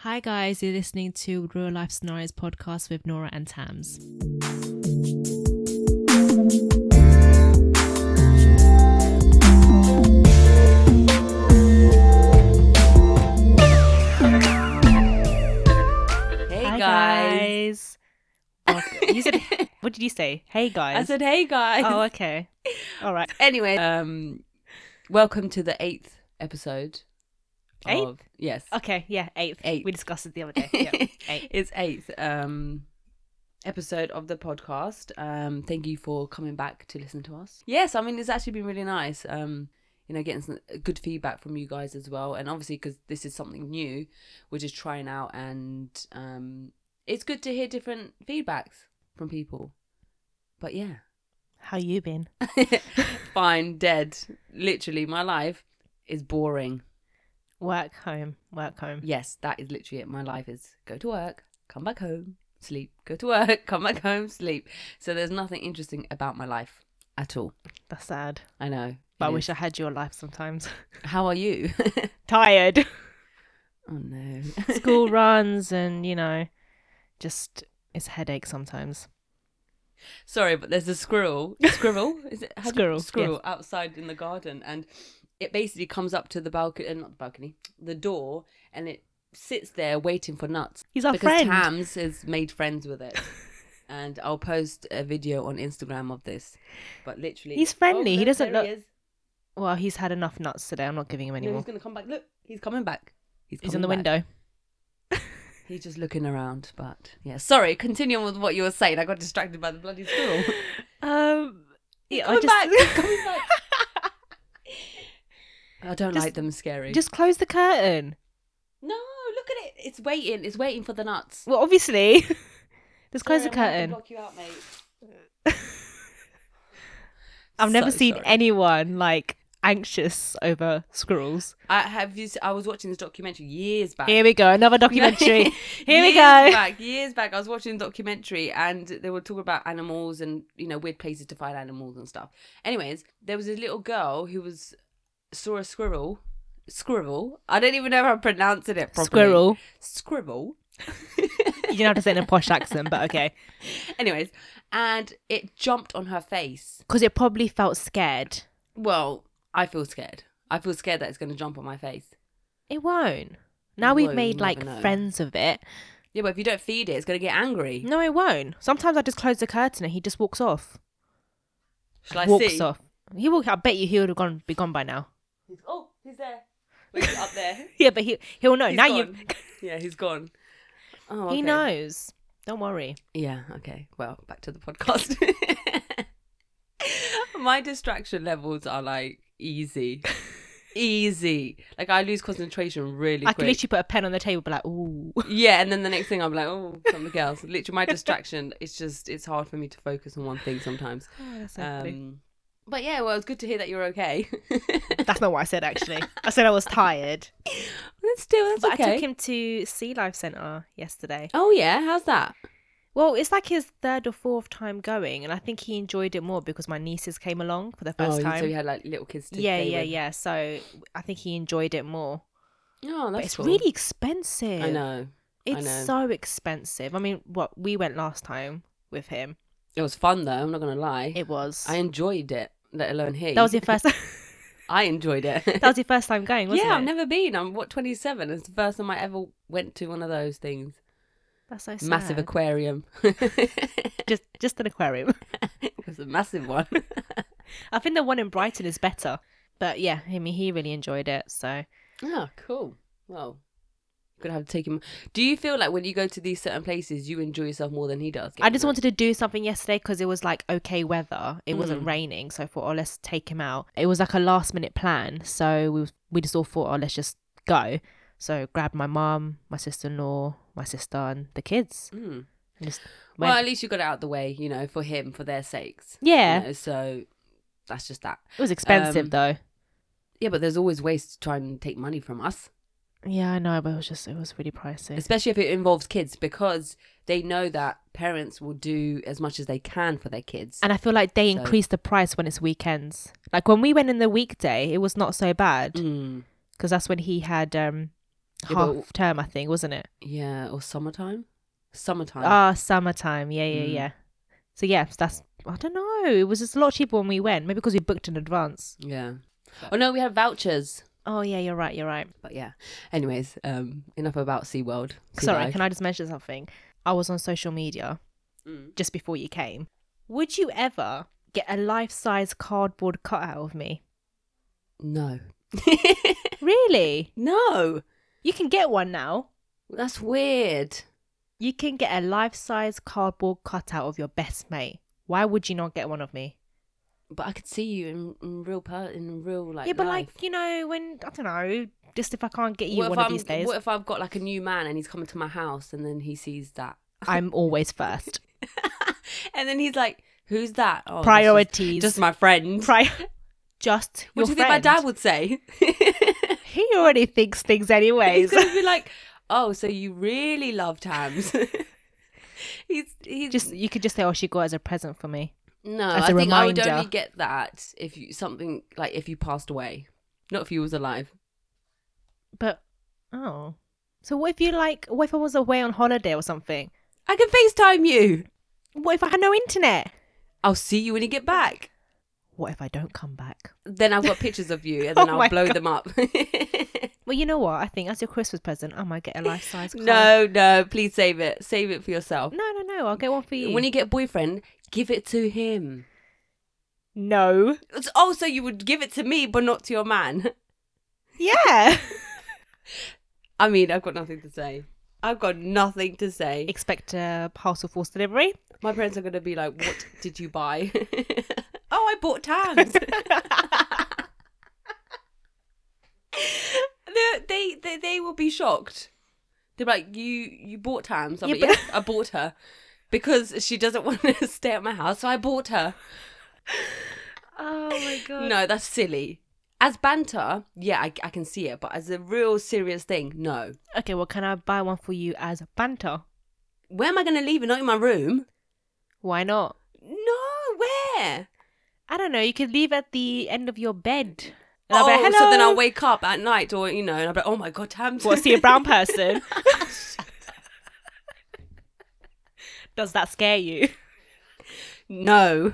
Hi, guys, you're listening to Real Life Scenarios podcast with Nora and Tams. Hey Hi, guys. guys. Welcome- you said, what did you say? Hey, guys. I said hey guys. oh, okay. All right. Anyway, um welcome to the eighth episode. Eighth? Of, yes. Okay, yeah, eighth. Eighth. We discussed it the other day. Yeah, eighth. it's eighth um episode of the podcast. Um thank you for coming back to listen to us. Yes, I mean it's actually been really nice. Um you know, getting some uh, good feedback from you guys as well, and obviously because this is something new, we're just trying out, and um, it's good to hear different feedbacks from people. But yeah, How you been? fine, dead. Literally, my life is boring. Work, home, work, home. Yes, that is literally it. My life is go to work, come back home, sleep, go to work, come back home, sleep. So there's nothing interesting about my life at all. That's sad. I know. But I it wish is. I had your life sometimes. How are you? Tired. oh no. School runs and, you know, just it's a headache sometimes. Sorry, but there's a squirrel. Squirrel? Is it? how do you- Squirrel, Squirrel outside in the garden, and it basically comes up to the balcony, uh, not the balcony, the door, and it sits there waiting for nuts. He's our because friend. Tams has made friends with it. and I'll post a video on Instagram of this. But literally, oh, He's friendly, he doesn't there look is. Well, he's had enough nuts today. I'm not giving him No, anymore. he's gonna come back. Look, he's coming back. he's in the coming back. window. He's just looking around. But yeah, sorry. Continue with what you were saying. I got distracted by the bloody squirrel. Um, yeah, I coming just, back. He's coming back. I don't Just- like them scary. just close the curtain. no, look at it. It's waiting. It's waiting for the nuts. Well, obviously, just close Sorry, the I'm gonna have curtain. to Block you out, mate. I've never So seen sorry. anyone like anxious over squirrels. I have you. s- I was watching this documentary years back. Here we go, another No. documentary. Here we Years go. Back, years back, I was watching a documentary and they were talking about animals and you know weird places to find animals and stuff. Anyways, there was a little girl who was saw a squirrel. Squirrel. I don't even know how I'm pronouncing it properly. Squirrel. Scribble. You don't have to say it in a posh accent, but okay, Anyways, and it jumped on her face. because it probably felt scared. Well, I feel scared. I feel scared that it's going to jump on my face. It won't. Now we've won't, made you like never know. friends of it. Yeah, but if you don't feed it, it's going to get angry. No, it won't. Sometimes I just close the curtain and he just walks off. Shall I walks see? off. He walk. I bet you he would have gone be gone by now. He's- oh, he's there. Wait, he's up there. Yeah, but he he'll know. He's Oh, now gone. you Yeah, he's gone. Oh, he okay. knows. Don't worry. Yeah, okay. Well, back to the podcast. My distraction levels are like easy. easy. Like I lose concentration really I could quick. literally put a pen on the table, be like, ooh. Yeah, and then the next thing I'm like, oh, something else. Literally, my distraction. It's just, it's hard for me to focus on one thing sometimes. Um, but yeah, well, it's good to hear that you're okay. That's not what I said. Actually, I said I was tired. That's still, that's but okay. I took him to Sea Life Centre yesterday. Oh yeah, how's that? Well, it's like his third or fourth time going, and I think he enjoyed it more because my nieces came along for the first oh, time. so you had like little kids. To yeah, play yeah, with. yeah. So I think he enjoyed it more. Oh, that's but it's cool. really expensive. I know. It's know. so expensive. I mean, what we went last time with him, It was fun though. I'm not gonna lie. it was. I enjoyed it, let alone he. that was your first. I enjoyed it. that was your first time going, wasn't yeah, it? I've never been. I'm what 27. It's the first time I ever went to one of those things. That's so Massive sad. aquarium. it just just an aquarium. was a massive one. I think the one in Brighton is better. But yeah, I mean, he really enjoyed it. So oh, cool. Well, gonna have to take him. Do you feel like when you go to these certain places, you enjoy yourself more than he does? I just wanted to do something yesterday because it was like okay weather. It wasn't raining, so I thought, oh, let's take him out. It was like a last minute plan, so we was- we just all thought, oh, let's just go. So grabbed my mum, my sister in law, my sister, and the kids. Mm. And just Well, went. at least you got it out the way, you know, for him, for their sakes. yeah, You know, so that's just that. it was expensive um, though. Yeah, but there's always ways to try and take money from us. Yeah, I know, but it was just it was really pricey. especially if it involves kids because they know that parents will do as much as they can for their kids And I feel like they So- increase the price when it's weekends. Like when we went in the weekday, it was not so bad. Mm. because that's when he had um Yeah, half but- term, I think, wasn't it? Yeah, or summertime. Summertime. Ah, summertime. Yeah, yeah, Mm. yeah. So yeah, that's I don't know. It was just a lot cheaper when we went, maybe because we booked in advance. yeah. Oh no, we had vouchers. Oh yeah, you're right. You're right. But yeah. Anyways, um, enough about SeaWorld. Sea Sorry, life. can I just mention something? I was on social media Mm. just before you came. Would you ever get a life-size cardboard cutout of me? No. Really? no. You can get one now. That's weird. You can get a life-size cardboard cutout of your best mate. Why would you not get one of me? But I could see you in, in real per in real like yeah, but life. like you know, when I don't know, just if I can't get you what one of if I'm, these days, What if I've got like a new man and he's coming to my house and then he sees that I'm always first. and then he's like, "Who's that?" Oh, that's just- Priorities. Just my friend. Pri- just your what do you think friend. my dad would say? He already thinks things anyways. he's gonna be like, "Oh, so you really love Tams?" he's he's just you could just say, "Oh, she got it as a present for me." no. as I a think I would reminder. only get that if you something like if you passed away, not if you was alive. But oh, so what if you like? What if I was away on holiday or something? I can FaceTime you. What if I had no internet? I'll see you when you get back. What if I don't come back? Then I've got pictures of you, and then Oh I'll my blow them up. Well, you know what? I think as your Christmas present, I might get a life size. no, no, please save it. Save it for yourself. no, no, no. I'll get one for you. When you get a boyfriend, give it to him. no, It's- Oh, so you would give it to me, but not to your man. yeah. I mean, I've got nothing to say. I've got nothing to say. Expect a parcel force delivery. My parents are going to be like, what did you buy? oh, I bought Tams. they, they, they, they will be shocked. They're like, you, you bought Tams? I'm Yeah, like, but- yes, I bought her. Because she doesn't want to stay at my house, so I bought her. Oh my god. No, that's silly. As banter, yeah, I, I can see it, but as a real serious thing, no. Okay, well, can I buy one for you as banter? Where am I going to leave it? Not in my room. Why not? No, where? I don't know. You could leave at the end of your bed. And oh, I'll be like, Hello. so then I'll wake up at night, or you know, and I'll be like, oh my god, Tams. What, see a brown person? Does that scare you? no,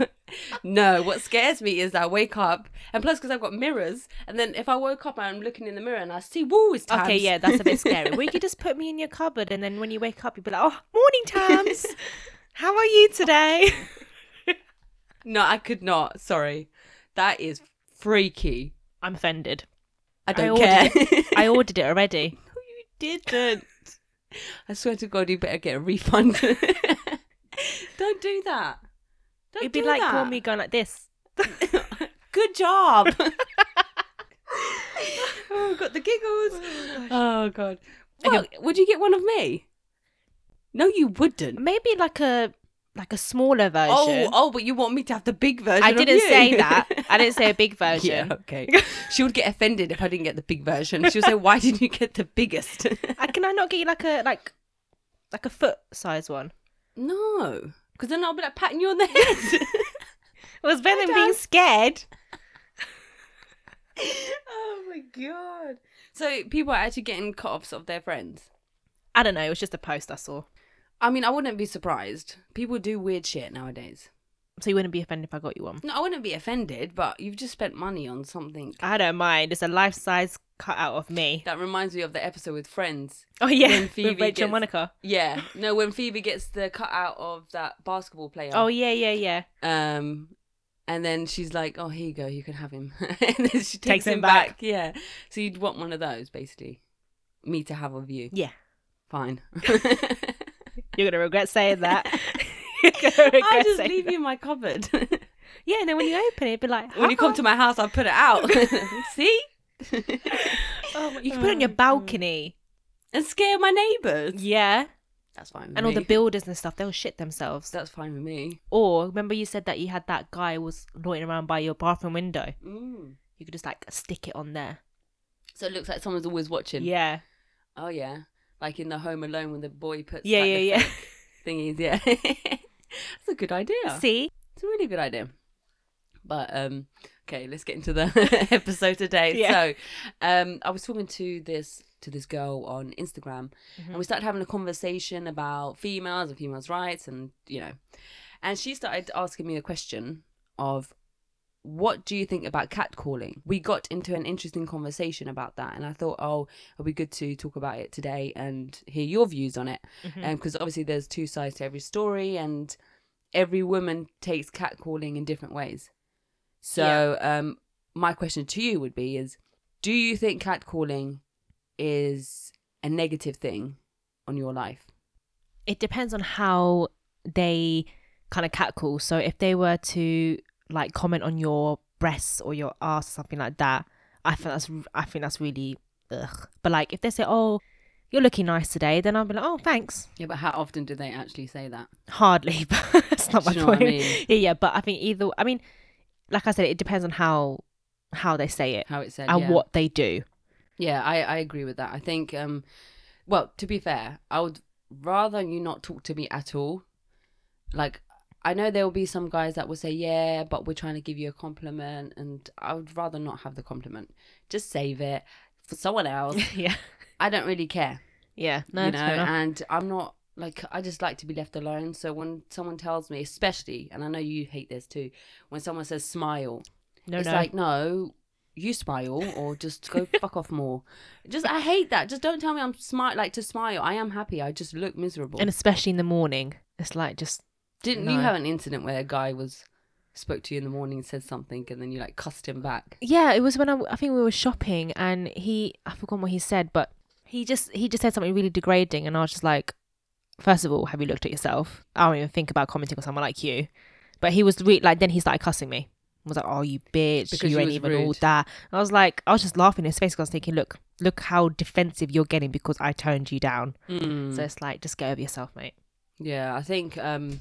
no. What scares me is I wake up, and plus because I've got mirrors, and then if I woke up and I'm looking in the mirror and I see, woo, it's Tams. Okay, yeah, that's a bit scary. well, you could just put me in your cupboard, and then when you wake up, you'd be like, "Oh, morning, Tams. How are you today?" no, I could not. Sorry, that is freaky. I'm offended. I don't ordered care. I ordered it already. didn't. I swear to God, you better get a refund. Don't do that. Don't It'd be do like that. call me going like this. Good job. oh, got the giggles. Oh God. Okay. Well, Would you get one of me? No, you wouldn't. Maybe like a like a smaller version. Oh, oh, but you want me to have the big version. I of didn't you. say that. I didn't say a big version. Yeah, okay. She would get offended if I didn't get the big version. She would say, "Why didn't you get the biggest?" I, Uh, can I not get you like a like like a foot size one? no, because then I'll be like patting you on the head. It was better than being Dad. scared. oh my god! So people are actually getting cut offs of their friends. I don't know. It was just a post I saw. I mean, I wouldn't be surprised. People do weird shit nowadays. So you wouldn't be offended if I got you one. No, I wouldn't be offended, but you've just spent money on something. I don't mind. It's a life size cutout of me. That reminds me of the episode with Friends. Oh yeah, When with Phoebe Rachel and gets- Monica. Yeah, no, when Phoebe gets the cutout of that basketball player. Oh yeah, yeah, yeah. Um, and then she's like, "Oh, here you go, you can have him." and then she takes, Takes him him back. back. Yeah. So you'd want one of those, basically. Me to have of you. Yeah. Fine. You're gonna regret saying that. You're gonna regret I'll just saying leave that. you in my cupboard. Yeah, and then when you open it, it'd be like when you come "Huh?" to my house, I'll put it out. See? Oh, you can put it on your Mm. balcony. and scare my neighbours. Yeah, That's fine. With and me. all the builders and stuff, they'll shit themselves. That's fine with me. Or remember you said that you had that guy was loitering around by your bathroom window. Mm. You could just like stick it on there. So it looks like someone's always watching. Yeah, Oh yeah. Like in the Home Alone when the boy puts yeah, like, yeah, the yeah. thingies. Yeah. That's a good idea. See, It's a really good idea. But um okay, let's get into the episode today. Yeah. So um I was talking to this to this girl on Instagram, and Mhm. we started having a conversation about females and females' rights, and you know, and she started asking me a question of. What do you think about catcalling? We got into an interesting conversation about that, and I thought, oh, it'll be good to talk about it today and hear your views on it Mhm. because obviously there's two sides to every story and every woman takes catcalling in different ways so um my question to you would be is do you think catcalling is a negative thing on your life it depends on how they kind of catcall. So if they were to like comment on your breasts or your ass or something like that, I think that's I think that's really ugh. But like if they say, "Oh, you're looking nice today," then I'll be like, "Oh, thanks." yeah but how often do they actually say that Hardly, but that's not Do my you know point. what i mean Yeah, yeah. But I think either. I mean, like I said, it depends on how how they say it how it's said and yeah. what they do. Yeah, I, I agree with that. I think, um, well, to be fair, I would rather you not talk to me at all. Like, I know there will be some guys that will say, yeah, but we're trying to give you a compliment. And I would rather not have the compliment. Just save it for someone else. yeah, I don't really care, yeah. No, you that's know, fair enough. and I'm not like, I just like to be left alone. So when someone tells me, especially, and I know you hate this too, when someone says smile, no, it's no. like no you smile or just go fuck off more just i hate that just don't tell me i'm smart like to smile i am happy i just look miserable and especially in the morning, it's like just didn't no. you have an incident where a guy was spoke to you in the morning and said something and then you like cussed him back Yeah, it was when I, I think we were shopping and he I forgot what he said, but he just he just said something really degrading and I was just like, first of all, have you looked at yourself? I don't even think about commenting on someone like you. But he was re- like then he started cussing me. I was like, oh you bitch, Because you you ain't was even all rude. that. And I was like, I was just laughing in his face because I was thinking, look, look how defensive you're getting because I turned you down. Mm. So it's like just get over yourself, mate. Yeah, I think um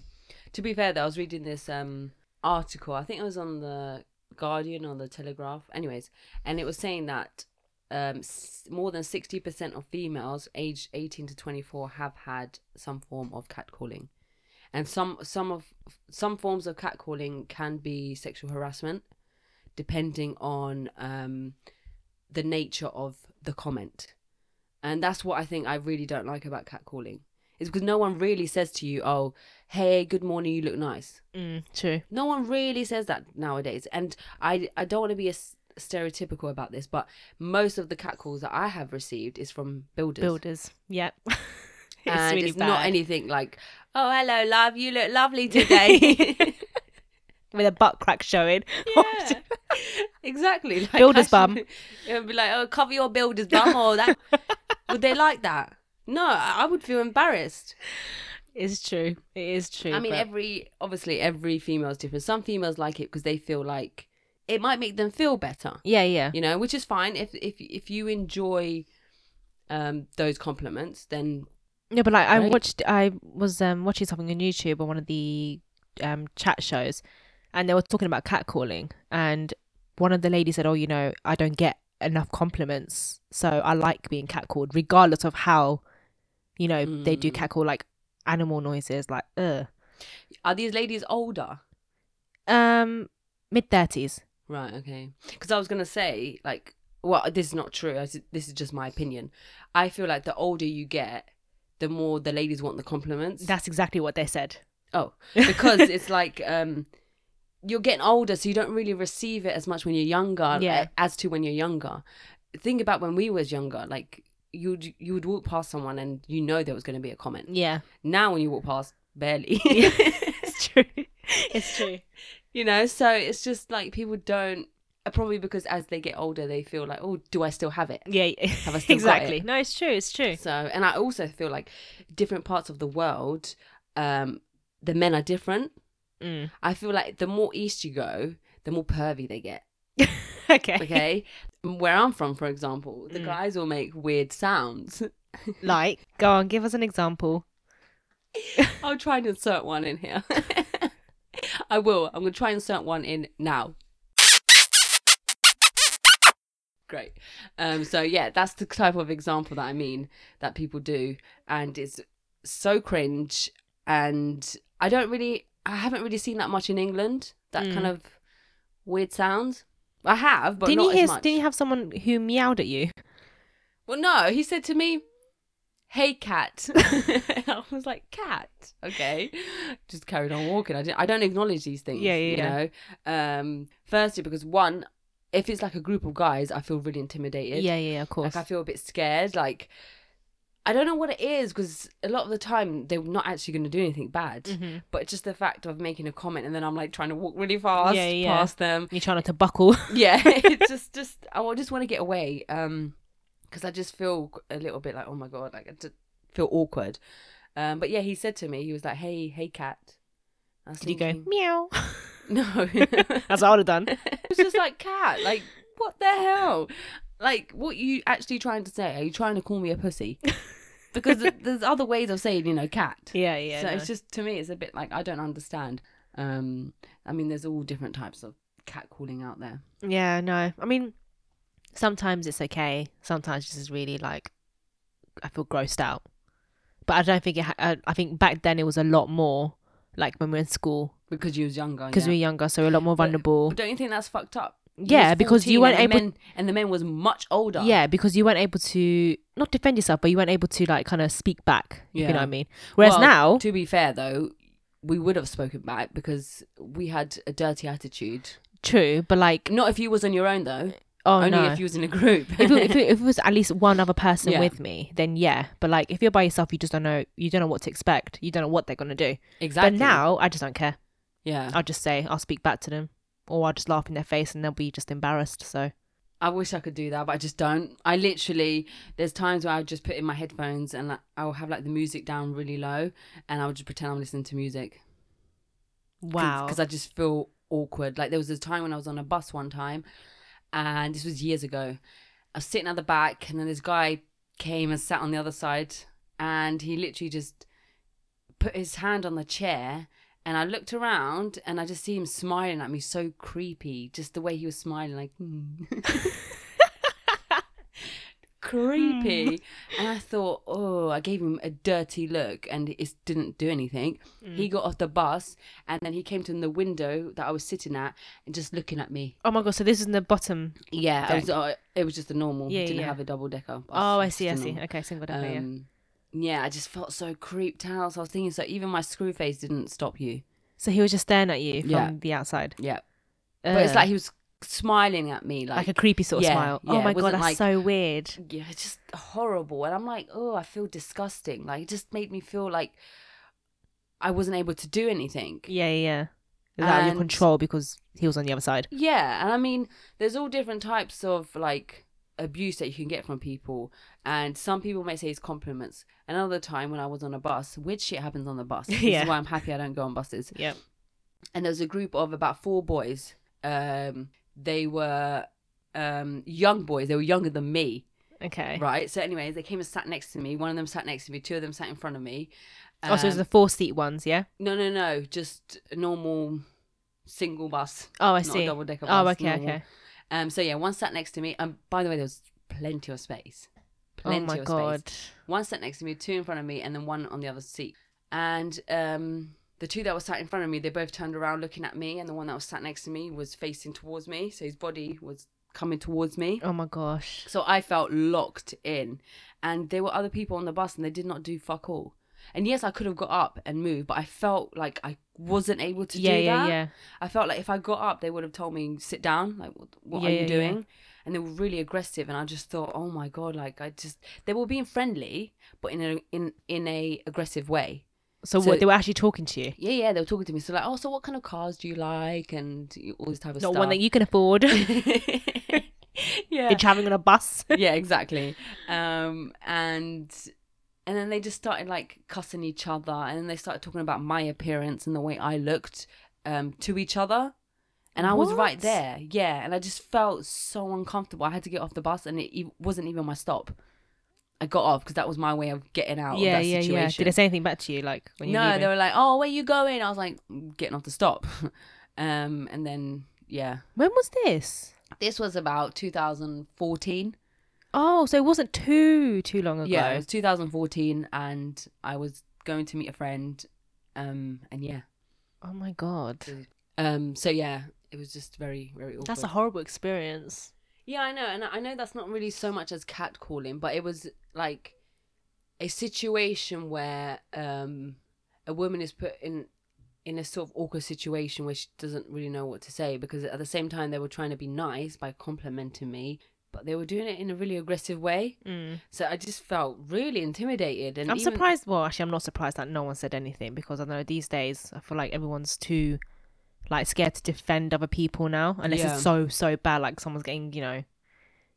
to be fair though, I was reading this um article. I think it was on the Guardian or the Telegraph. Anyways, and it was saying that um s- more than 60% of females aged 18 to 24 have had some form of catcalling. And some some of some forms of catcalling can be sexual harassment depending on um the nature of the comment. And that's what I think I really don't like about catcalling. It's because no one really says to you, "Oh, hey, good morning, you look nice." Mm, true. No one really says that nowadays, and I I don't want to be a s- stereotypical about this, but most of the catcalls that I have received is from builders, Builders. Yep. it's and really it's bad. not anything like, "Oh, hello, love, you look lovely today." with a butt crack showing. yeah, exactly. Like, Builder's I bum. should- It would be like, "Oh, cover your builder's bum," or that. would they like that? No, I I would feel embarrassed. It's true. It is true. I mean, but- every obviously every female's different. Some females like it because they feel like it might make them feel better, yeah, yeah, you know, which is fine. If if if you enjoy um those compliments, then yeah. But like, I Right. watched. I was um watching something on YouTube on one of the um chat shows, and they were talking about catcalling, and one of the ladies said, "Oh, you know, I don't get enough compliments, so I like being catcalled, regardless of how, you know, they do Mm. catcall like animal noises, like ugh. are these ladies older? um mid thirties. Right. Okay. Because I was gonna say like, well, this is not true. I s this is just my opinion. I feel like the older you get, the more the ladies want the compliments. That's exactly what they said. Oh, because it's like um, you're getting older, so you don't really receive it as much when you're younger Yeah. yeah. as to when you're younger. Think about when we was younger, like you'd you would walk past someone and you know there was going to be a comment. Yeah, Now when you walk past, barely. it's true. It's true. you know, so it's just like people don't uh, probably because as they get older, they feel like, oh, do I still have it? Yeah, I still got exactly. it? No, it's true. It's true. So, and I also feel like different parts of the world, um, the men are different. Mm. I feel like the more east you go, the more pervy they get. Okay. Okay. Where I'm from, for example, the Mm. guys will make weird sounds. Like, go on, give us an example. I'll try and insert one in here. I will. I'm going to try and insert one in now. Great. Um, so, yeah, that's the type of example that I mean that people do. And it's so cringe. And I don't really, I haven't really seen that much in England, that Mm. kind of weird sound. I have, but didn't not you hear? as much. Didn't you have someone who meowed at you? Well, no, he said to me, "Hey, cat." I was like, "Cat, okay." Just carried on walking. I didn't. I don't acknowledge these things. Yeah, yeah, You yeah. know. Um, firstly, because one, if it's like a group of guys, I feel really intimidated. yeah, yeah, of course. Like I feel a bit scared. Like I don't know what it is because a lot of the time they're not actually going to do anything bad, Mhm. but just the fact of making a comment and then I'm like trying to walk really fast Yeah, yeah. past them. You're trying not to buckle. Yeah, it's just just I wa- just want to get away. Um, because I just feel a little bit like oh my god, like I just feel awkward. Um, but yeah, he said to me, he was like, "Hey, hey, cat." I was Did you go thinking, meow? No, That's what I would have done. It was just like cat like what the hell like what you actually trying to say are you trying to call me a pussy because th- there's other ways of saying you know cat Yeah, yeah. so no. it's just to me it's a bit like i don't understand um i mean there's all different types of cat calling out there Yeah, no. I mean, sometimes it's okay. Sometimes this is really like I feel grossed out. But I don't think it. Ha- I, I think back then it was a lot more like when we were in school because you was younger because Oh, yeah. we were younger, so we were a lot more vulnerable. but don't you think that's fucked up You Yeah, was because you 14 weren't and the able- men, and the men was much older yeah, because you weren't able to not defend yourself, but you weren't able to like kind of speak back. If you Yeah. know what I mean? Whereas Well, now, to be fair though we would have spoken back because we had a dirty attitude true, but like not if you was on your own though oh only no. if you was in a group. if, it, if, it, if it was at least one other person Yeah. with me, then yeah. But like, if you're by yourself, you just don't know. You don't know what to expect. You don't know what they're gonna do. But exactly. now, I just don't care. yeah, I'll just say I'll speak back to them, or I'll just laugh in their face and they'll be just embarrassed. So I wish I could do that, but I just don't. I literally, there's times where I just put in my headphones and like, I'll have like the music down really low, and I'll just pretend I'm listening to music. wow, because I just feel awkward. Like there was a time when I was on a bus one time, and this was years ago. I was sitting at the back, and then this guy came and sat on the other side, and he literally just put his hand on the chair. And I looked around, and I just see him smiling at me, so creepy. Just the way he was smiling, like "Hmm." creepy. And I thought, oh, I gave him a dirty look, and it didn't do anything. He got off the bus, and then he came to the window that I was sitting at, and just looking at me. oh my god! So this is in the bottom. Yeah, I Deck. was, uh, it was just a normal. Yeah, Yeah, didn't yeah. have a double decker. bus, Oh, I just see, a I see. normal. Okay, single decker. yeah. Um, yeah, I just felt so creeped out. So I was thinking, so even my screw face didn't stop you. So he was just staring at you from yeah. the outside. Yeah, but it's Ugh. like he was smiling at me, like a creepy sort of yeah, smile. yeah, oh it my god, wasn't that's like- so weird. yeah, it's just horrible. And I'm like, oh, I feel disgusting. Like, it just made me feel like I wasn't able to do anything. Yeah, yeah, yeah. It was out of your And- control because he was on the other side. Yeah. And I mean, there's all different types of like abuse that you can get from people. And some people may say it's compliments. Another time when I was on a bus, weird shit happens on the bus. This Yeah. is why I'm happy I don't go on buses. Yep. And there was a group of about four boys. Um, they were um, young boys, they were younger than me. Okay. Right. So, anyways, they came and sat next to me. One of them sat next to me. Two of them sat in front of me. oh, so it was Um, the four seat ones, yeah. no, no, no, just a normal single bus. Oh, I not see. A double decker bus. Oh, okay, normal. okay. Um. So yeah, one sat next to me. Um. By the way, there was plenty of space. Oh Plenty my of god. Space. One sat next to me, two in front of me, and then one on the other seat. And um, the two that were sat in front of me, they both turned around looking at me, and the one that was sat next to me was facing towards me, so his body was coming towards me. Oh my gosh. So I felt locked in. And there were other people on the bus and they did not do fuck all. And yes, I could have got up and moved, but I felt like I wasn't able to yeah, do yeah, that. yeah. I felt like if I got up, they would have told me, sit down. Like, what, what Yeah, are yeah, you yeah. doing? And they were really aggressive. And I just thought, oh my God, like I just, they were being friendly, but in a, in, in a aggressive way. So, So- what they were actually talking to you, Yeah, yeah, they were talking to me. So like, oh, so what kind of cars do you like? And all this type of not stuff. one that you can afford. You're yeah. traveling on a bus. yeah, exactly. Um, and and then they just started like cussing each other, and then they started talking about my appearance and the way I looked um, to each other. And I was right What? there, yeah. And I just felt so uncomfortable. I had to get off the bus, and it e- wasn't even my stop. I got off because that was my way of getting out yeah, of that yeah, situation. yeah. Did they say anything back to you, like when you No, leaving? they were like, "Oh, where you going?" I was like, "I'm "Getting off the stop." um, and then yeah, When was this? this was about 2014. Oh, so it wasn't too too long ago. Yeah, it was 2014, and I was going to meet a friend, um, and yeah, Oh my god, um, so yeah, it was just very, very awkward. that's a horrible experience. Yeah, I know, and I know that's not really so much as catcalling, but it was like a situation where um, a woman is put in in a sort of awkward situation where she doesn't really know what to say because at the same time they were trying to be nice by complimenting me, but they were doing it in a really aggressive way. Mm. So I just felt really intimidated. And I'm even- surprised. Well, actually, I'm not surprised that no one said anything because I know these days I feel like everyone's too like scared to defend other people now, unless Yeah. it's so so bad, like someone's getting you know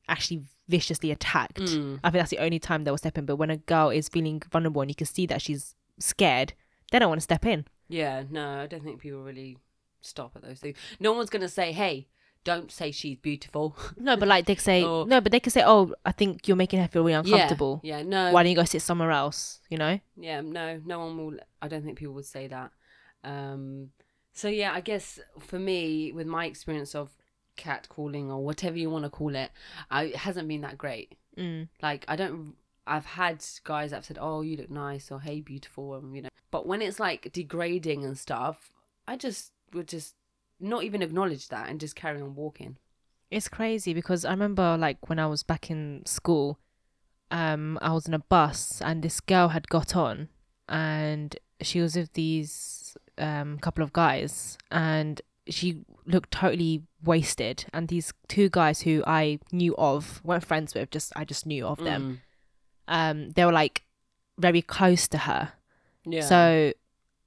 actually viciously attacked. Mm. I think that's the only time they will step in. But when a girl is feeling vulnerable and you can see that she's scared, they don't want to step in. Yeah, no, I don't think people really stop at those things. No one's gonna say, "Hey, don't say she's beautiful." No, but like they say Or- no, but they can say, "Oh, I think you're making her feel really uncomfortable. Yeah, yeah, no, Why don't you go sit somewhere else?" You know. yeah, no, no one will. I don't think people would say that. Um, so yeah, I guess for me, with my experience of catcalling or whatever you want to call it, I, it hasn't been that great. Mm. Like I don't. I've had guys that have said, "Oh, you look nice," or "Hey, beautiful," and you know. But when it's like degrading and stuff, I just would just not even acknowledge that and just carry on walking. It's crazy because I remember like when I was back in school, um, I was in a bus and this girl had got on and she was with these um couple of guys and she looked totally wasted and these two guys who I knew of, weren't friends with, just I just knew of them. Um, they were like very close to her. Mm. Yeah. So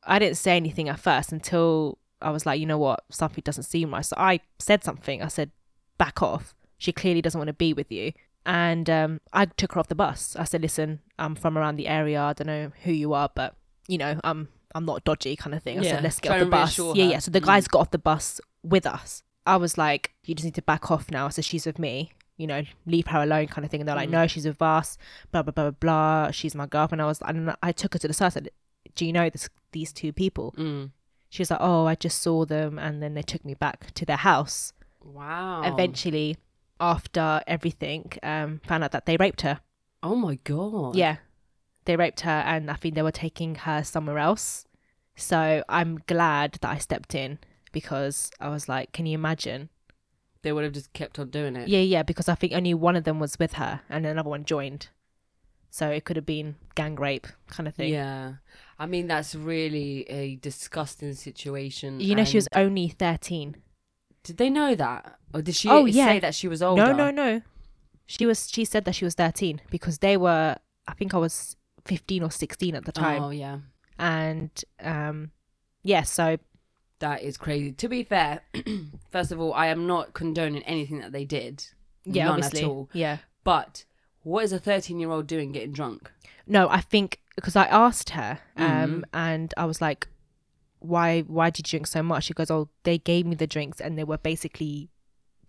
I didn't say anything at first until I was like, you know what, something doesn't seem right. So I said something. I said, back off. She clearly doesn't want to be with you. And um, I took her off the bus. I said, listen, I'm from around the area. I don't know who you are, but you know, I'm I'm not dodgy kind of thing. I Yeah, said, let's get try off the and bus. reassure Yeah, her. yeah. So the Mm. guys got off the bus with us. I was like, you just need to back off now. So she's with me. You know, leave her alone, kind of thing. And they're like, Mm. no, she's with us. Blah blah blah blah blah. She's my girlfriend. I was, and I took her to the side. I said, do you know this, these two people? Mm. She was like, oh, I just saw them, and then they took me back to their house. Wow. Eventually, after everything, um, found out that they raped her. Oh my god. Yeah, they raped her, and I think they were taking her somewhere else. So I'm glad that I stepped in because I was like, can you imagine? They would have just kept on doing it. Yeah, yeah, because I think only one of them was with her, and another one joined. So it could have been gang rape kind of thing. Yeah. I mean, that's really a disgusting situation. You know, she was and- only 13. Did they know that, or did she Oh, say yeah. that she was older? No, no, no. She was. She said that she was thirteen because they were. I think I was fifteen or sixteen at the time, Oh yeah, and um, yeah. So that is crazy. To be fair, first of all, I am not condoning anything that they did. yeah, None obviously, at all. yeah. But what is a thirteen-year-old doing getting drunk? No, I think because I asked her, um, and I was like, "Why? Why did you drink so much?" She goes, "Oh, they gave me the drinks, and they were basically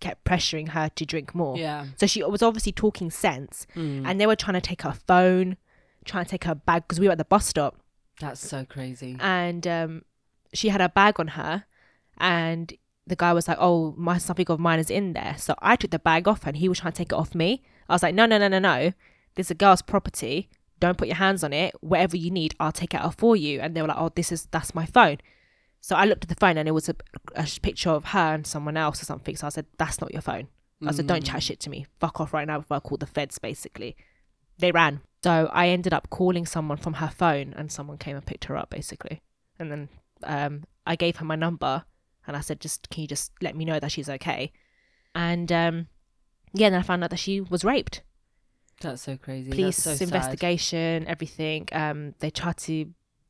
kept pressuring her to drink more." Yeah. So she was obviously talking sense, Mm. and they were trying to take her phone, trying to take her bag because we were at the bus stop. That's so crazy. and um, she had her bag on her, and the guy was like, "Oh, my something of mine is in there." So I took the bag off, and he was trying to take it off me. I was like, "No, no, no, no, no! This is a girl's property. Don't put your hands on it. Whatever you need, I'll take it out for you." And they were like, "Oh, this is that's my phone." So I looked at the phone, and it was a, a sh- picture of her and someone else or something. So I said, "That's not your phone." I Mm. said, "Don't chat shit to me. Fuck off right now before I call the feds." Basically, they ran. So I ended up calling someone from her phone, and someone came and picked her up, basically. And then um, I gave her my number, and I said, "Just can you just let me know that she's okay?" And um, yeah, then I found out that she was raped. That's so crazy. Police That's so sad. investigation, everything. Um, they tried to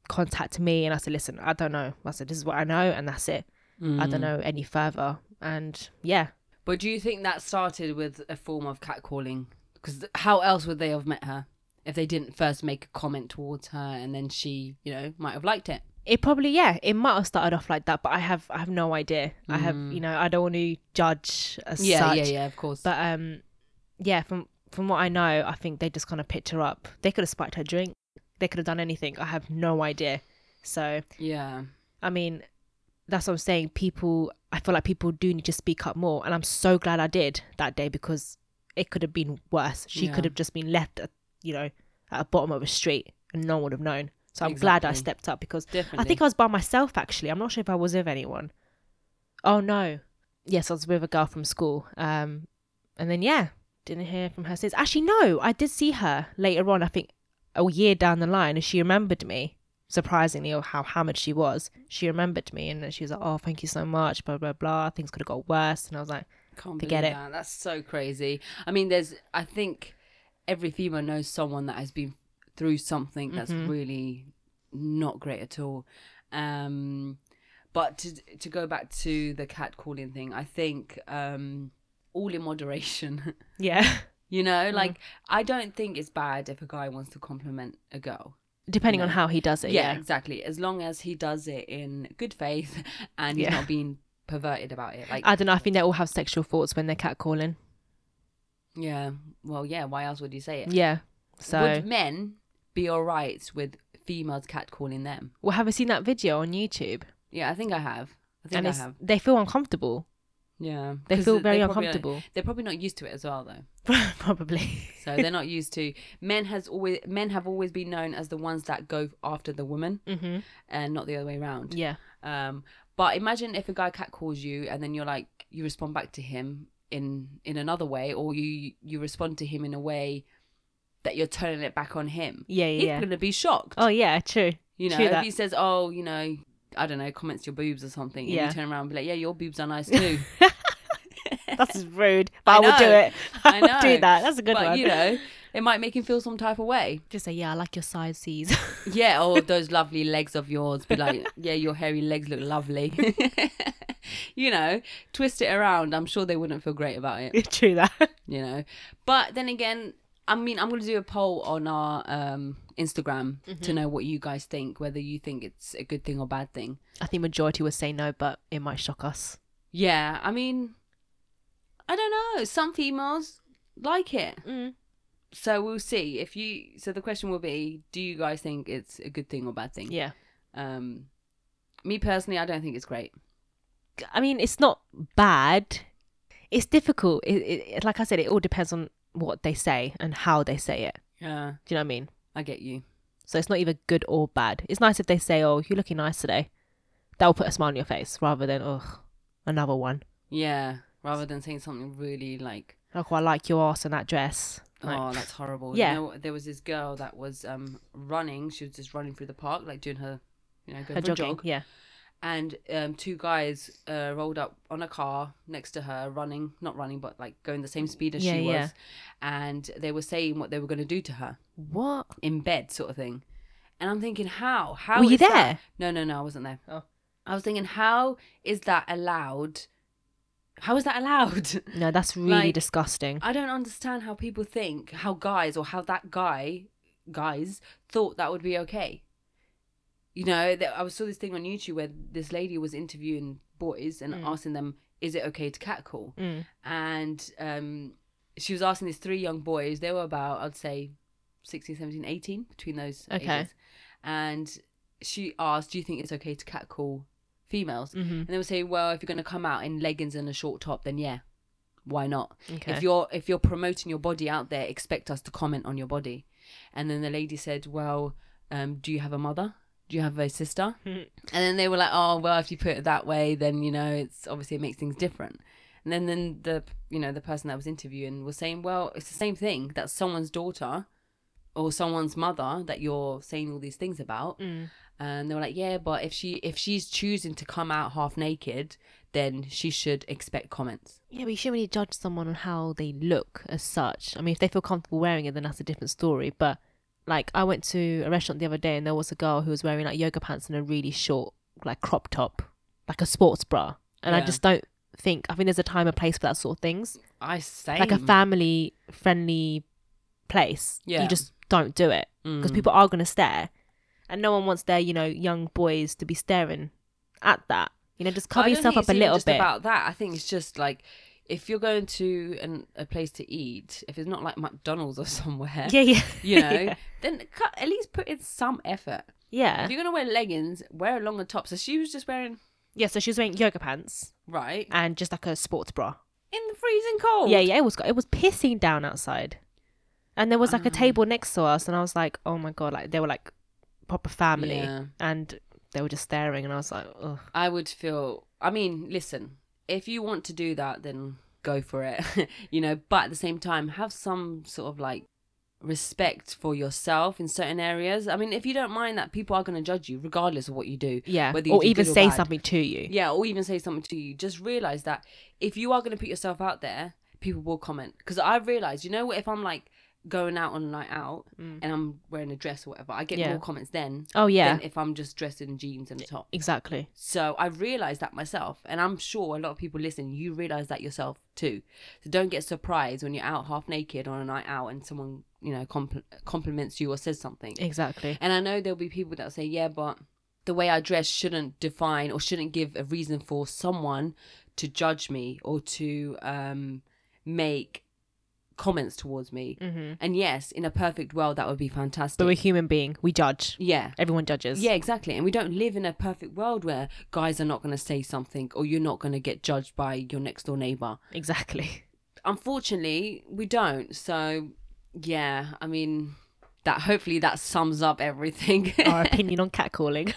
contact me, and I said, "Listen, I don't know." I said, "This is what I know, and that's it. I Mm. don't know any further." And yeah, But do you think that started with a form of catcalling? Because how else would they have met her if they didn't first make a comment towards her and then she, you know, might have liked it? It probably yeah, it might have started off like that, but I have I have no idea. I have you know I don't want to judge as Mm. Yeah, such. yeah, yeah, of course. But um, yeah, from from what I know, I think they just kind of picked her up. They could have spiked her drink. They could have done anything. I have no idea. So yeah, I mean, that's what I'm saying. People, I feel like people do need to speak up more, and I'm so glad I did that day because it could have been worse. She Yeah. could have just been left, at, you know, at the bottom of a street, and no one would have known. So I'm glad I Exactly. stepped up because definitely. I think I was by myself actually. I'm not sure if I was with anyone. Oh no. Yes, I was with a girl from school. Um And then yeah, didn't hear from her since. Actually, no, I did see her later on. I think a year down the line, and she remembered me. Surprisingly, or how hammered she was, she remembered me, and then she was like, "Oh, thank you so much." Blah blah blah. Things could have got worse, and I was like, Can't Forget believe it. That. That's so crazy. I mean, there's. I think every female knows someone that has been through something that's Mhm. really not great at all. Um, but to to go back to the catcalling thing, I think um, all in moderation. "Yeah." you Mm. know, like I don't think it's bad if a guy wants to compliment a girl. Depending on No. how he does it, yeah. exactly. As long as he does it in good faith and he's Yeah. not being perverted about it. Like I don't know. I think they all have sexual thoughts when they're catcalling. Yeah. Well, yeah. Why else would you say it? Yeah. So, Would men be all right with females catcalling them? well, have you seen that video on YouTube? Yeah, I think I have. I think and I it's- have. they feel uncomfortable. Yeah. They 'Cause feel very probably- uncomfortable. they're probably not used to it as well, though. Probably. So they're not used to. Men has always men have always been known as the ones that go after the woman hmm and not the other way around. Yeah. Um, but imagine if a guy cat calls you and then you're like you respond back to him in in another way, or you you respond to him in a way that you're turning it back on him. Yeah. Yeah. He's yeah. gonna be shocked. Oh yeah. True. You know, True if that. he says, "Oh, you know, I don't know," comments your boobs or something, and Yeah. you turn around and be like, "Yeah, your boobs are nice too." That's rude, but I, I will do know. it. I, I will do know. that. That's a good but one. you know, it might make him feel some type of way. Just say yeah. I like your size C's. Yeah, or those lovely legs of yours. Be like, "Yeah, your hairy legs look lovely." you know, twist it around. I'm sure they wouldn't feel great about it. True that. You know, but then again. I mean, I'm going to do a poll on our um, Instagram to know what you guys think, whether you think it's a good thing or bad thing. I think majority would say no, but it might shock us. Yeah, I mean, I don't know. Some females like it, Mm. so we'll see. If you, so the question will be: Do you guys think it's a good thing or bad thing? Yeah. Um, me personally, I don't think it's great. I mean, it's not bad. It's difficult. It, it, it- like I said, it all depends on what they say and how they say it. Yeah, Do you know what I mean? Uh, I get you. So it's not either good or bad. It's nice if they say, "Oh, you're looking nice today." That will put a smile on your face rather than, "Oh, another one." Yeah, rather than saying something really like, Like, oh, I like your ass and that dress. Like, "Oh, that's horrible." Yeah. you know, there was this girl that was um running. She was just running through the park, like doing her, you know, her going for a jogging. jog. Yeah. and um, two guys uh, rolled up on a car next to her, running, not running, but like going the same speed as Yeah, she was. yeah. And they were saying what they were going to do to her What? in bed, sort of thing. And I'm thinking, how? How Were you is that- there? No, no, no, I wasn't there. Oh. I was thinking, how is that allowed? How is that allowed? No, that's really Like- disgusting. I don't understand how people think, how guys or how that guy, guys, thought that would be okay. You know, that I saw this thing on YouTube where this lady was interviewing boys and Mm. asking them, is it okay to catcall? Mm. And um, she was asking these three young boys, they were about, I'd say, 16, 17, 18, between those Okay. ages. And she asked, do you think it's okay to catcall females? hmm And they would say, well, if you're going to come out in leggings and a short top, then yeah, why not? Okay. If you're if you're promoting your body out there, expect us to comment on your body. And then the lady said, "Well, um, do you have a mother? Do you have a sister?" Hmm. and then they were like, "Oh, well, if you put it that way, then you know it's obviously it makes things different." And then then the you know the person that was interviewing was saying, "Well, it's the same thing. That's someone's daughter." Or someone's mother that you're saying all these things about, Mm. and they were like, "Yeah, but if she if she's choosing to come out half naked, then she should expect comments." Yeah, but you shouldn't really judge someone on how they look as such. I mean, if they feel comfortable wearing it, then that's a different story. But like, I went to a restaurant the other day, and there was a girl who was wearing like yoga pants and a really short, like crop top, like a sports bra, and I Yeah. just don't think. I think there's a time and place for that sort of things. I say Like a family friendly place, Yeah. Mm. you just don't do it because people are going to stare, and no one wants their you know young boys to be staring at that. You know, just cover yourself up a little just bit. About that, I think it's just like if you're going to an, a place to eat, if it's not like McDonald's or somewhere, yeah, yeah, you know, yeah. then cut, at least put in some effort. yeah. If you're gonna wear leggings, wear a longer top. So she was just wearing Yeah, so she was wearing yoga pants right and just like a sports bra. in the freezing cold. Uh, Yeah, yeah, it was it was pissing down outside, and there was like a Ah. table next to us, and I was like, oh my god, like they were like proper family, Yeah. and they were just staring, and I was like, ugh. I would feel. I mean, listen, if you want to do that, then go for it, you know. But at the same time, have some sort of like respect for yourself in certain areas. I mean, if you don't mind that people are going to judge you regardless of what you do. Yeah. Whether you Or do even good or say bad. something to you. Yeah, or even say something to you. Just realize that if you are going to put yourself out there, people will comment. Because I've realized, you know, what if I'm like going out on a night out Mm. and I'm wearing a dress or whatever, I get Yeah. more comments then Oh, yeah. than if I'm just dressed in jeans and a top. Exactly. So I've realized that myself, and I'm sure a lot of people listen. You realize that yourself too. So don't get surprised when you're out half naked on a night out and someone you know compl- compliments you or says something. Exactly. And I know there'll be people that say, yeah, but the way I dress shouldn't define or shouldn't give a reason for someone to judge me or to um, make comments towards me. Mm-hmm. And yes, in a perfect world, that would be fantastic. But we're human being. We judge. yeah. Everyone judges. Yeah, exactly. And we don't live in a perfect world where guys are not going to say something or you're not going to get judged by your next door neighbor. Exactly. Unfortunately, we don't. So, yeah, I mean, that hopefully that sums up everything. Our opinion on catcalling.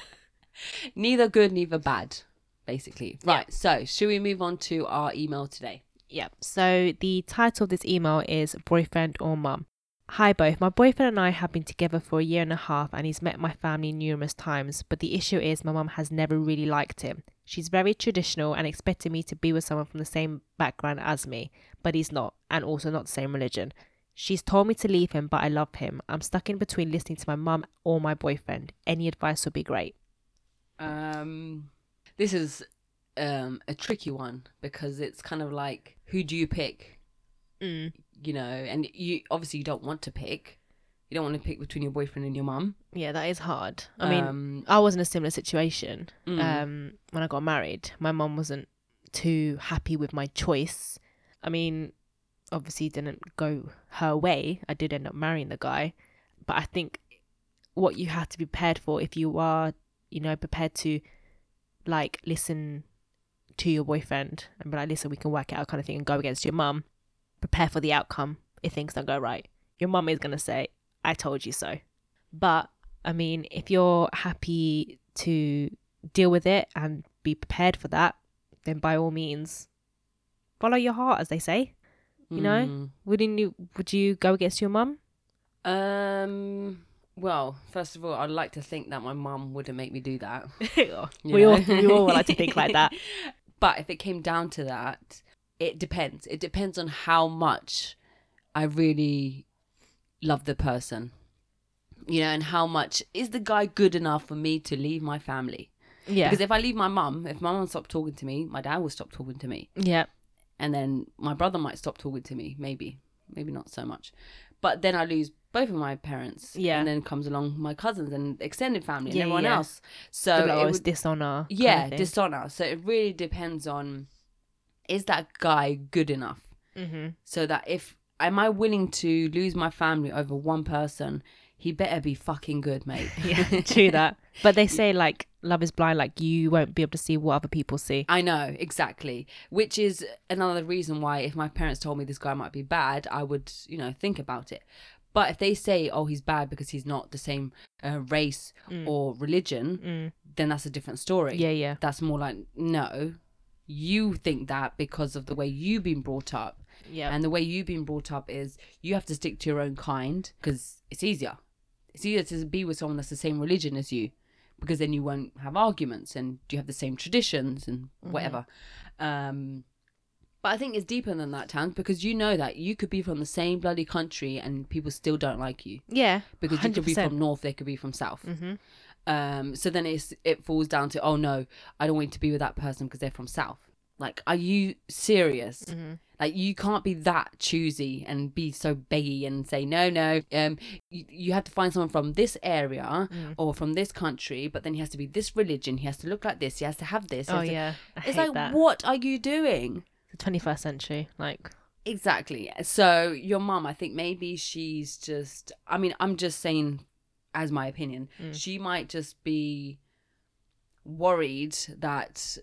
neither good, neither bad, basically. Right. So, should we move on to our email today? Yeah. So the title of this email is Boyfriend or Mum. Hi both. My boyfriend and I have been together for a year and a half and he's met my family numerous times, but the issue is my mum has never really liked him. She's very traditional and expected me to be with someone from the same background as me, but he's not, and also not the same religion. She's told me to leave him, but I love him. I'm stuck in between listening to my mum or my boyfriend. Any advice would be great. Um, this is um, a tricky one because it's kind of like who do you pick? Mm. You know, and you obviously you don't want to pick. You don't want to pick between your boyfriend and your mum. Yeah, that is hard. I mean, um, I was in a similar situation. mm, um, when I got married. My mum wasn't too happy with my choice. I mean, obviously it didn't go her way. I did end up marrying the guy, but I think what you have to be prepared for if you are, you know, prepared to like listen to your boyfriend and be like, listen, we can work it out kind of thing and go against your mum. Prepare for the outcome if things don't go right. Your mum is gonna say, I told you so. But I mean, if you're happy to deal with it and be prepared for that, then by all means, follow your heart, as they say. you know? mm. Wouldn't you? Would you go against your mum? Um. Well, first of all, I'd like to think that my mum wouldn't make me do that. you we all know? we all like to think like that. But if it came down to that, it depends. It depends on how much I really love the person. You know, and how much is the guy good enough for me to leave my family? Yeah, Because if I leave my mum, if my mum stopped talking to me, my dad will stop talking to me. yeah, And then my brother might stop talking to me, maybe. Maybe not so much. But then I lose both of my parents. Yeah. And then comes along my cousins and extended family Yeah, and everyone yeah. else. So the it lowest would- dishonor. kind of yeah thing. dishonor so it really depends on is that guy good enough Mhm. so that if am i willing to lose my family over one person he better be fucking good mate Yeah, do that. But they say like love is blind. Like you won't be able to see what other people see. i know exactly which is another reason why if my parents told me this guy might be bad i would you know think about it but if they say oh he's bad because he's not the same uh, race or religion Mm. then that's a different story Yeah, yeah, that's more like no you think that because of the way you've been brought up yeah. and the way you've been brought up is you have to stick to your own kind because it's easier it's easier to be with someone that's the same religion as you because then you won't have arguments and you have the same traditions and whatever um but i think it's deeper than that towns because you know that you could be from the same bloody country and people still don't like you yeah, because you could be 100%. from north they could be from south Mhm. um, so then it's it falls down to oh no, I don't want you to be with that person because they're from South. Like, are you serious? Mhm. Like, you can't be that choosy and be so beggy and say no, no. Um, you, you have to find someone from this area Mm. or from this country, but then he has to be this religion. He has to look like this. He has to have this. he Oh has to- yeah, I hate It's like that. what are you doing? The twenty first century, like Exactly. So your mum, I think maybe she's just. I mean, I'm just saying, as my opinion, Mm. she might just be worried that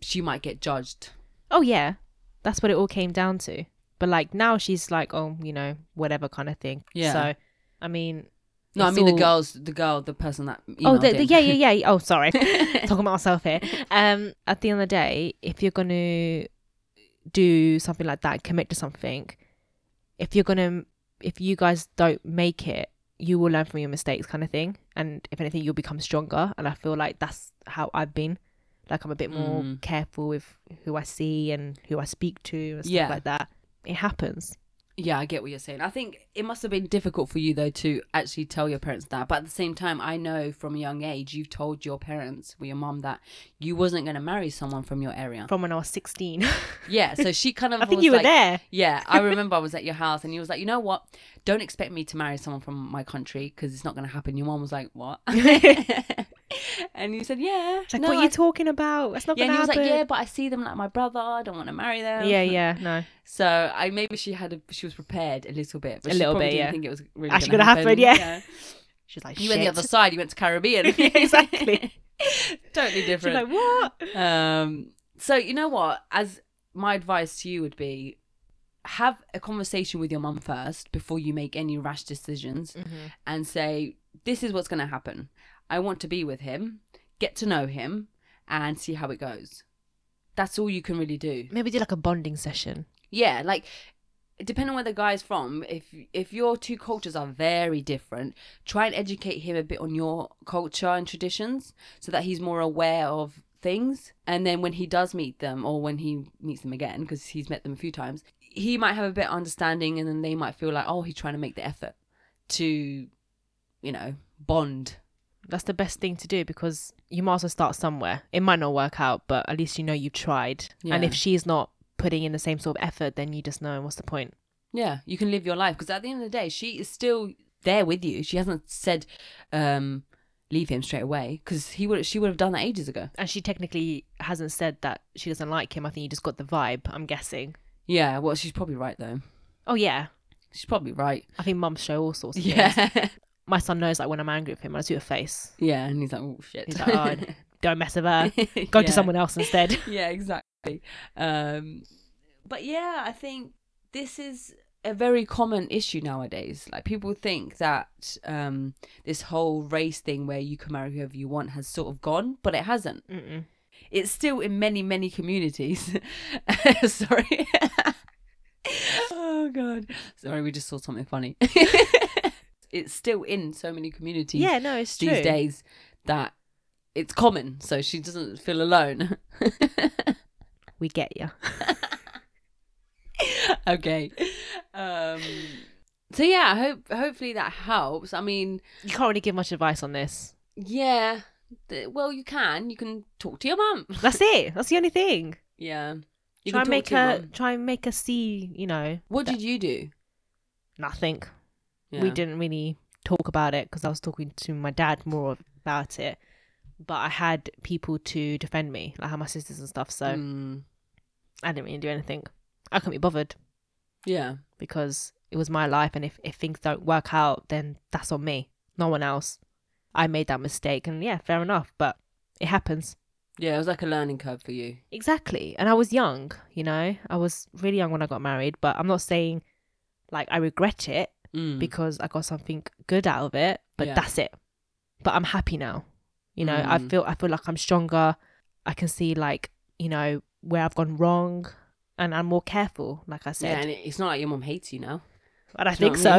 she might get judged. Oh yeah, that's what it all came down to. But like now she's like, oh, you know, whatever kind of thing. Yeah. So, I mean, No, I it's mean all- the girls, the girl, the person that. Oh, emailed the, the, in. yeah, yeah, yeah. Oh, sorry, talking about myself here. Um, at the end of the day, if you're gonna do something like that, commit to something, if you're gonna, if you guys don't make it, you will learn from your mistakes, kind of thing. And if anything, you'll become stronger. And I feel like that's how I've been. Like I'm a bit more Mm. careful with who I see and who I speak to and stuff Yeah. like that. It happens. Yeah, I get what you're saying. I think it must have been difficult for you though to actually tell your parents that. But at the same time, I know from a young age you've told your parents, well, your mum, that you wasn't going to marry someone from your area. From when I was 16, yeah, so she kind of. I think was you were like- there. Yeah, I remember I was at your house and you was like, you know what? Don't expect me to marry someone from my country because it's not going to happen. Your mum was like, what? and you said, yeah. It's like, no, what are I- you talking about? That's not yeah, and gonna he was happen. like, yeah, um, but I see them like my brother. I don't want to marry them. yeah, yeah, no. So I maybe she had a, she was prepared a little bit, but A she little probably bit, didn't yeah. think it was really Actually gonna gonna happen, yeah. She's like, You Shit. went the other side. You went to Caribbean. Yeah, exactly. totally She's different. like, what? um. So you know what? As my advice to you would be, have a conversation with your mum first before you make any rash decisions, and say this is what's going to happen. I want to be with him, get to know him, and see how it goes. That's all you can really do. Maybe do like a bonding session. Yeah, like depending on where the guy's from, if if your two cultures are very different, try and educate him a bit on your culture and traditions so that he's more aware of things. And then when he does meet them or when he meets them again because he's met them a few times, he might have a bit of understanding and then they might feel like, "Oh, he's trying to make the effort to you know, bond." That's the best thing to do because you might as well start somewhere. It might not work out, but at least you know you've tried. And Yeah. if she's not putting in the same sort of effort, then you just know what's the point. Yeah, you can live your life because at the end of the day, she is still there with you. She hasn't said, um, "Leave him straight away," because he would she would have done that ages ago. And she technically hasn't said that she doesn't like him. I think you just got the vibe, I'm guessing. Yeah, well, she's probably right though. Oh, yeah. She's probably right. I think mums show all sorts of things. Yeah, My son knows like when I'm angry with him, I just do a face. yeah, and he's like, "Oh shit, He's like, "Oh, Don't mess with her. Go Yeah. to someone else instead. yeah, exactly. Um, but yeah, I think this is a very common issue nowadays. Like people think that um, this whole race thing, where you can marry whoever you want, has sort of gone, but it hasn't. Mm-mm. it's still in many many communities sorry oh god sorry we just saw something funny it's still in so many communities Yeah, no, it's true. these days that it's common so she doesn't feel alone We get you. okay um so yeah I hope hopefully that helps i mean You can't really give much advice on this. yeah th- well you can you can talk to your mum That's it. That's the only thing. yeah you try can and talk make to your her mum. try and make her see, you know, what did you do nothing. We Yeah. didn't really talk about it because I was talking to my dad more about it. But I had people to defend me, like my sisters and stuff. So Mm. I didn't really do anything. I couldn't be bothered Yeah. because it was my life, and if if things don't work out, then that's on me, no one else. I made that mistake, and yeah, fair enough. But it happens. Yeah, it was like a learning curve for you. Exactly. And I was young, you know, I was really young when I got married, but I'm not saying like I regret it Mm. because I got something good out of it, but Yeah. that's it. But I'm happy now. You know, I Mm. feel I feel like I'm stronger. I can see like, you know, where I've gone wrong and I'm more careful, like I yeah, said. and it- it's not like your mum hates you now. and I Do you think know so.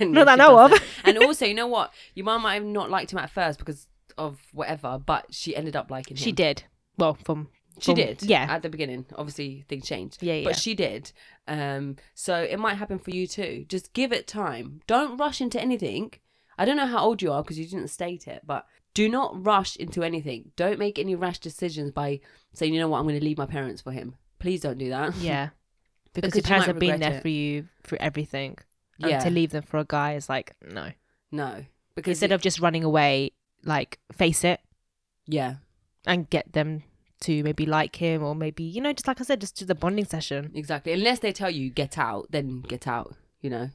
I mean? Mm, Not that I she know of. doesn't. and also, you know what? Your mum might have not liked him at first because of whatever, but she ended up liking him. she did. Well, from She from- did. yeah. At the beginning, obviously things changed. Yeah, yeah. But she did. Um, so it might happen for you too. Just give it time. Don't rush into anything. I don't know how old you are because you didn't state it, but do not rush into anything. Don't make any rash decisions by saying, you know what, I'm going to leave my parents for him. Please don't do that. yeah. Because, Because your you parents might have been regret there it. for you through everything. And to leave them for a guy is like, no. No, because Instead it- of just running away, like face it yeah, and get them to maybe like him or maybe, you know, just like I said, just do the bonding session. exactly. Unless they tell you get out, then get out. You know,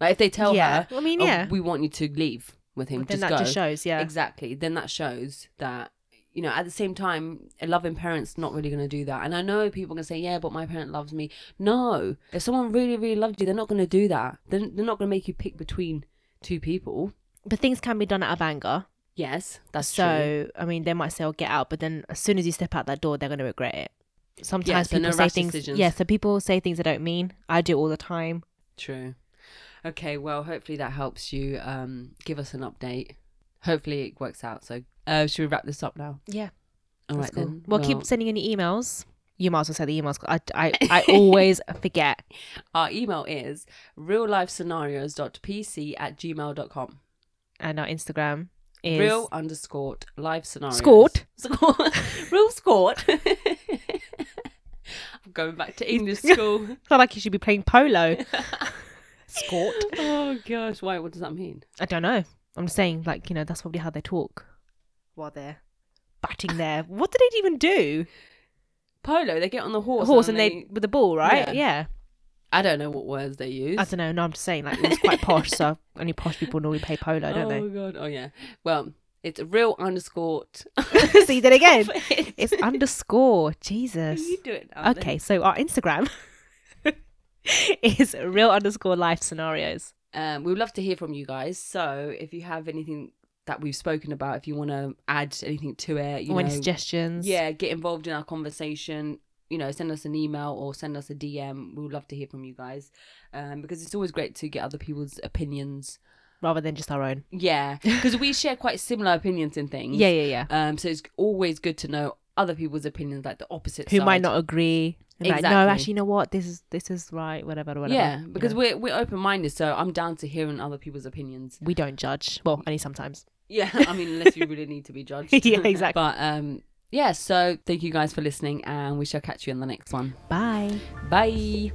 like if they tell yeah. her, Well, I mean, "Oh, yeah. we want you to leave with him. But then just that go. just shows, yeah. Exactly. Then that shows that you know. At the same time, a loving parent's not really going to do that. And I know people can say, yeah, but my parent loves me. No, if someone really, really loved you, they're not going to do that. They're, they're not going to make you pick between two people. but things can be done out of anger. Yes, that's true. so, I mean, they might say, oh, get out. But then as soon as you step out that door, they're going to regret it. Sometimes so no people say rash things. decisions. Yeah, so people say things they don't mean. I do it all the time. True. Okay, well, hopefully that helps you. Um, give us an update. Hopefully it works out. So, uh, should we wrap this up now? Yeah, All right that's cool. then. Well, keep sending any emails. You might as well say the emails. 'cause I, I, I always forget. Our email is reallifescenarios.pc at gmail.com. And our Instagram is Real underscored life scenarios. Scored. Scored. Real scored. I'm going back to English school. It's not like you should be playing polo. Scort. oh gosh, why? What does that mean? I don't know. I'm just saying, like, you know, that's probably how they talk while they're batting there. What do they even do? Polo. They get on the A horse. horse and they with the ball, right? Yeah. Yeah. I don't know what words they use. I don't know. No, I'm just saying, like, it's quite posh, so only posh people normally play polo, don't oh god. Oh yeah. Well, it's real underscore. they? See that again? It's it's underscore. Jesus. you do it now. then. Okay, so our Instagram is real underscore life scenarios. Um, we would love to hear from you guys. So if you have anything that we've spoken about, if you want to add anything to it, you or any know, suggestions? yeah, get involved in our conversation. You know, send us an email or send us a DM. We would love to hear from you guys um, because it's always great to get other people's opinions. Rather than just our own. Yeah, because we share quite similar opinions in things. Yeah, yeah, yeah. Um, so it's always good to know other people's opinions, like the opposite. Who might side. not agree? and Like, no, Exactly. actually, you know what? This is this is right. Whatever, whatever. Yeah, you because know. we're we're open minded, so I'm down to hearing other people's opinions. we don't judge. Well, only sometimes. Yeah, I mean, unless you really need to be judged. Yeah, exactly. but um, yeah. So thank you guys for listening, and we shall catch you in the next one. Bye. Bye.